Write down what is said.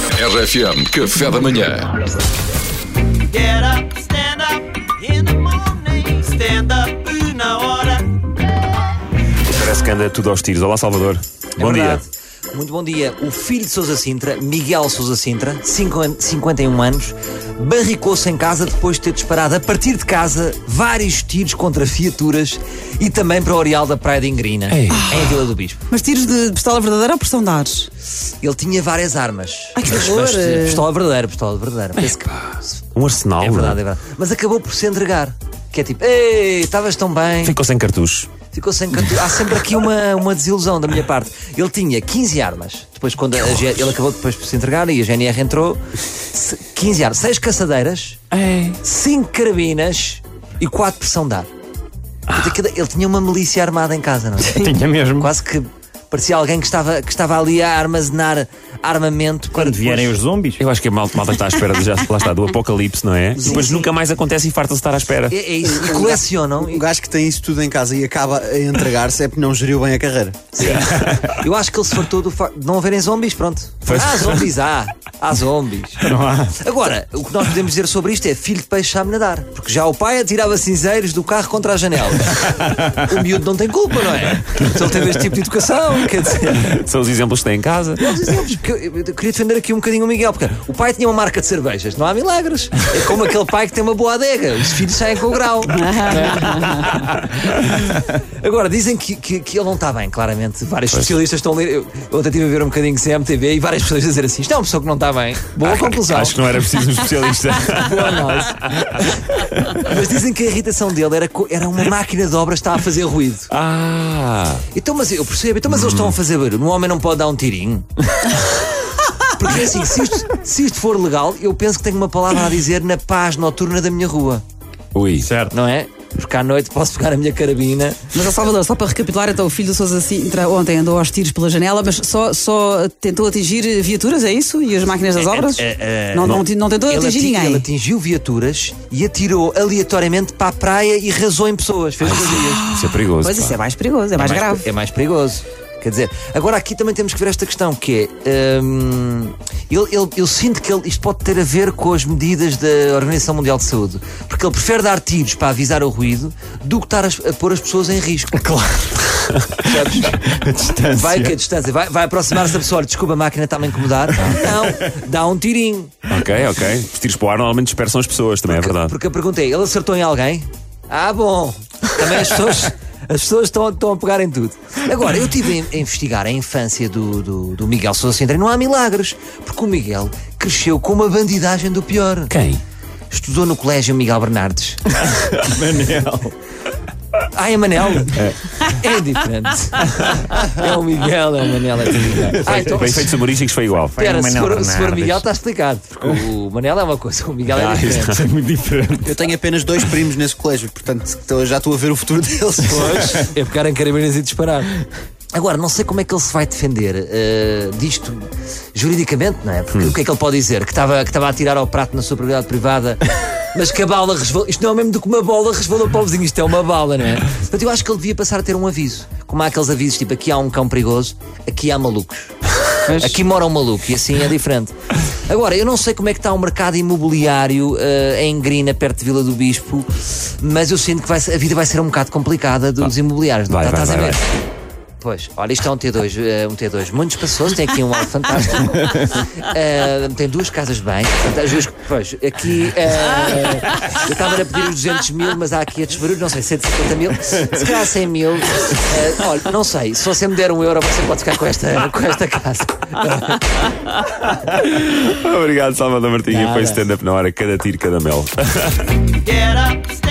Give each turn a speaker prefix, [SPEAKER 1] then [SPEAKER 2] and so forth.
[SPEAKER 1] RFM, café da manhã.
[SPEAKER 2] Get up, stand up in the morning. Stand up na hora.
[SPEAKER 3] Parece que anda tudo aos tiros. Olá, Salvador. É Bom dia.
[SPEAKER 4] Verdade. Muito bom dia. O filho de Sousa Sintra, Miguel Sousa Sintra, 50 51 anos, barricou-se em casa depois de ter disparado a partir de casa vários tiros contra fiaturas e também para o areal da Praia de Ingrina, em Vila do Bispo.
[SPEAKER 5] Mas tiros de pistola verdadeira ou pressão de ares?
[SPEAKER 4] Ele tinha várias armas.
[SPEAKER 5] Ai, que
[SPEAKER 4] Mas-
[SPEAKER 5] horror.
[SPEAKER 4] mas, eh, Pistola verdadeira, pistola verdadeira. Penso que-
[SPEAKER 3] Um arsenal.
[SPEAKER 4] É verdade,
[SPEAKER 3] não
[SPEAKER 4] é verdade. Mas acabou por se entregar. Que é tipo, ei, estavas tão bem.
[SPEAKER 3] é? Ficou sem cartucho.
[SPEAKER 4] Ficou sem canto. Há sempre aqui uma, uma desilusão da minha parte. Ele tinha 15 armas. Depois, quando a G- ele acabou depois por se entregar e a GNR entrou, se- 15 armas. 6 caçadeiras,
[SPEAKER 5] É.
[SPEAKER 4] 5 carabinas e 4 pressão de ar. Portanto, aquilo- Ele tinha uma milícia armada em casa, não é?
[SPEAKER 3] Tinha mesmo.
[SPEAKER 4] Quase que parecia alguém que estava, que estava ali a armazenar armamento. Quando
[SPEAKER 6] Vierem os zombies?
[SPEAKER 3] Eu acho que a malta, malta está à espera, de, já, lá está, do apocalipse, não é? Depois nunca mais acontece e farta-se estar à espera.
[SPEAKER 4] É, é isso. E colecionam.
[SPEAKER 7] Um gajo que tem isso tudo em casa e acaba a entregar-se é porque não geriu bem a carreira.
[SPEAKER 4] Eu acho que ele se fartou do facto de não haverem zombies, pronto.
[SPEAKER 3] Pois.
[SPEAKER 4] Há zombies, há. Há zombies.
[SPEAKER 6] Não há.
[SPEAKER 4] Agora, o que nós podemos dizer sobre isto é filho de peixe sabe nadar, porque já o pai atirava cinzeiros do carro contra a janela. O miúdo não tem culpa, não é? Se ele teve este tipo de educação, quer dizer.
[SPEAKER 3] São os exemplos que tem em casa.
[SPEAKER 4] Nós dizemos, porque eu, eu queria defender aqui um bocadinho o Miguel, porque o pai tinha uma marca de cervejas, não há milagres. É como aquele pai que tem uma boa adega, os filhos saem com o grau. Agora, dizem que, que, que ele não está bem, claramente. Vários especialistas estão a ler. Eu, eu ontem estive a ver um bocadinho CMTV e várias pessoas a dizer assim: isto é uma pessoa que não está bem. Boa conclusão.
[SPEAKER 3] Ah, Acho que não era preciso um especialista.
[SPEAKER 4] Boa análise. Mas dizem que a irritação dele era, co- era uma máquina de obras que está a fazer ruído.
[SPEAKER 3] Ah!
[SPEAKER 4] Então, mas eu percebo, então, mas eles estão a fazer barulho. Um homem não pode dar um tirinho. Porque assim, se isto, se isto for legal, eu penso que tenho uma palavra a dizer na paz noturna da minha rua,
[SPEAKER 3] Ui.
[SPEAKER 6] Certo.
[SPEAKER 4] não é? Porque à noite posso pegar a minha carabina.
[SPEAKER 5] Mas, ó Salvador, só para recapitular, então o filho do Sousa Sintra ontem andou aos tiros pela janela, mas só, só tentou atingir viaturas, é isso? E as máquinas das obras? não, não, não tentou
[SPEAKER 4] Ele,
[SPEAKER 5] atingir
[SPEAKER 4] ati-
[SPEAKER 5] ninguém.
[SPEAKER 4] ele atingiu viaturas e atirou aleatoriamente para a praia e razou em pessoas. Fez coisinhas.
[SPEAKER 3] Isso é perigoso.
[SPEAKER 5] Pois
[SPEAKER 3] pá.
[SPEAKER 5] isso é mais perigoso, é mais, grave.
[SPEAKER 4] É mais perigoso. Quer dizer, agora aqui também temos que ver esta questão que é. hum, ele- ele- eu sinto que ele- isto pode ter a ver com as medidas da Organização Mundial de Saúde. Porque ele prefere dar tiros para avisar o ruído do que estar a, es- a pôr as pessoas em risco. Claro.
[SPEAKER 6] A distância.
[SPEAKER 4] Vai que a distância, vai, vai aproximar-se da pessoa, olha, desculpa, a máquina está-me a incomodar. Não, dá um tirinho.
[SPEAKER 3] Ok, ok. Os tiros para o ar normalmente dispersam as pessoas, também é verdade.
[SPEAKER 4] Porque a pergunta é: ele acertou em alguém? Ah, bom. Também as pessoas, as pessoas estão, estão a pegar em tudo. Agora, eu estive a investigar a infância do, do, do Miguel Sousa Sintra e não há milagres, porque o Miguel cresceu com uma bandidagem do pior.
[SPEAKER 3] Quem?
[SPEAKER 4] Estudou no colégio Miguel Bernardes.
[SPEAKER 6] Manel.
[SPEAKER 4] Ah, é Manel? É, diferente. É o Miguel, é o Manel, é o Miguel. Ah, então,
[SPEAKER 3] Bem feitos humorísticos foi igual.
[SPEAKER 4] espera,
[SPEAKER 6] o
[SPEAKER 4] se
[SPEAKER 6] Manel
[SPEAKER 4] for, se for
[SPEAKER 6] Bernardes.
[SPEAKER 4] Miguel está explicado, porque o Manel é uma coisa, o Miguel
[SPEAKER 3] Ah,
[SPEAKER 4] é diferente.
[SPEAKER 6] Isso é muito diferente.
[SPEAKER 7] Eu tenho apenas dois primos nesse colégio, portanto então eu já estou a ver o futuro deles.
[SPEAKER 4] é pegar em carabinas e disparar. Agora, não sei como é que ele se vai defender eh, disto juridicamente, não é? Porque o que é que ele pode dizer? Que estava que estava a tirar ao prato na sua propriedade privada, mas que a bala resvalou. Isto não é mesmo do que uma bola resvalou para o vizinho, isto é uma bala, não é? Portanto, eu acho que ele devia passar a ter um aviso. Como há aqueles avisos tipo aqui há um cão perigoso, aqui há malucos. Aqui mora um maluco e assim é diferente. Agora, eu não sei como é que está o mercado imobiliário eh, em Grina, perto de Vila do Bispo, mas eu sinto que vai ser- a vida vai ser um bocado complicada dos imobiliários. não
[SPEAKER 3] Ah, Vai,
[SPEAKER 4] tá-
[SPEAKER 3] vai,
[SPEAKER 4] estás a
[SPEAKER 3] vai,
[SPEAKER 4] ver?
[SPEAKER 3] vai.
[SPEAKER 4] Pois, olha, isto é um T2, eh, um T2 muito espaçoso, tem aqui um alvo fantástico. Eh, tem duas casas bem. As duas, pois, aqui. eh, eu estava a pedir os 200 mil, mas há aqui a desbarulho, não sei, 150 mil. Se calhar 100 mil. eh, olha, não sei, se você me der um euro, você pode ficar com esta, com esta casa.
[SPEAKER 3] Obrigado, Salvador Martinha. Foi stand-up na hora, cada tiro, cada mel.
[SPEAKER 2] Get up, stand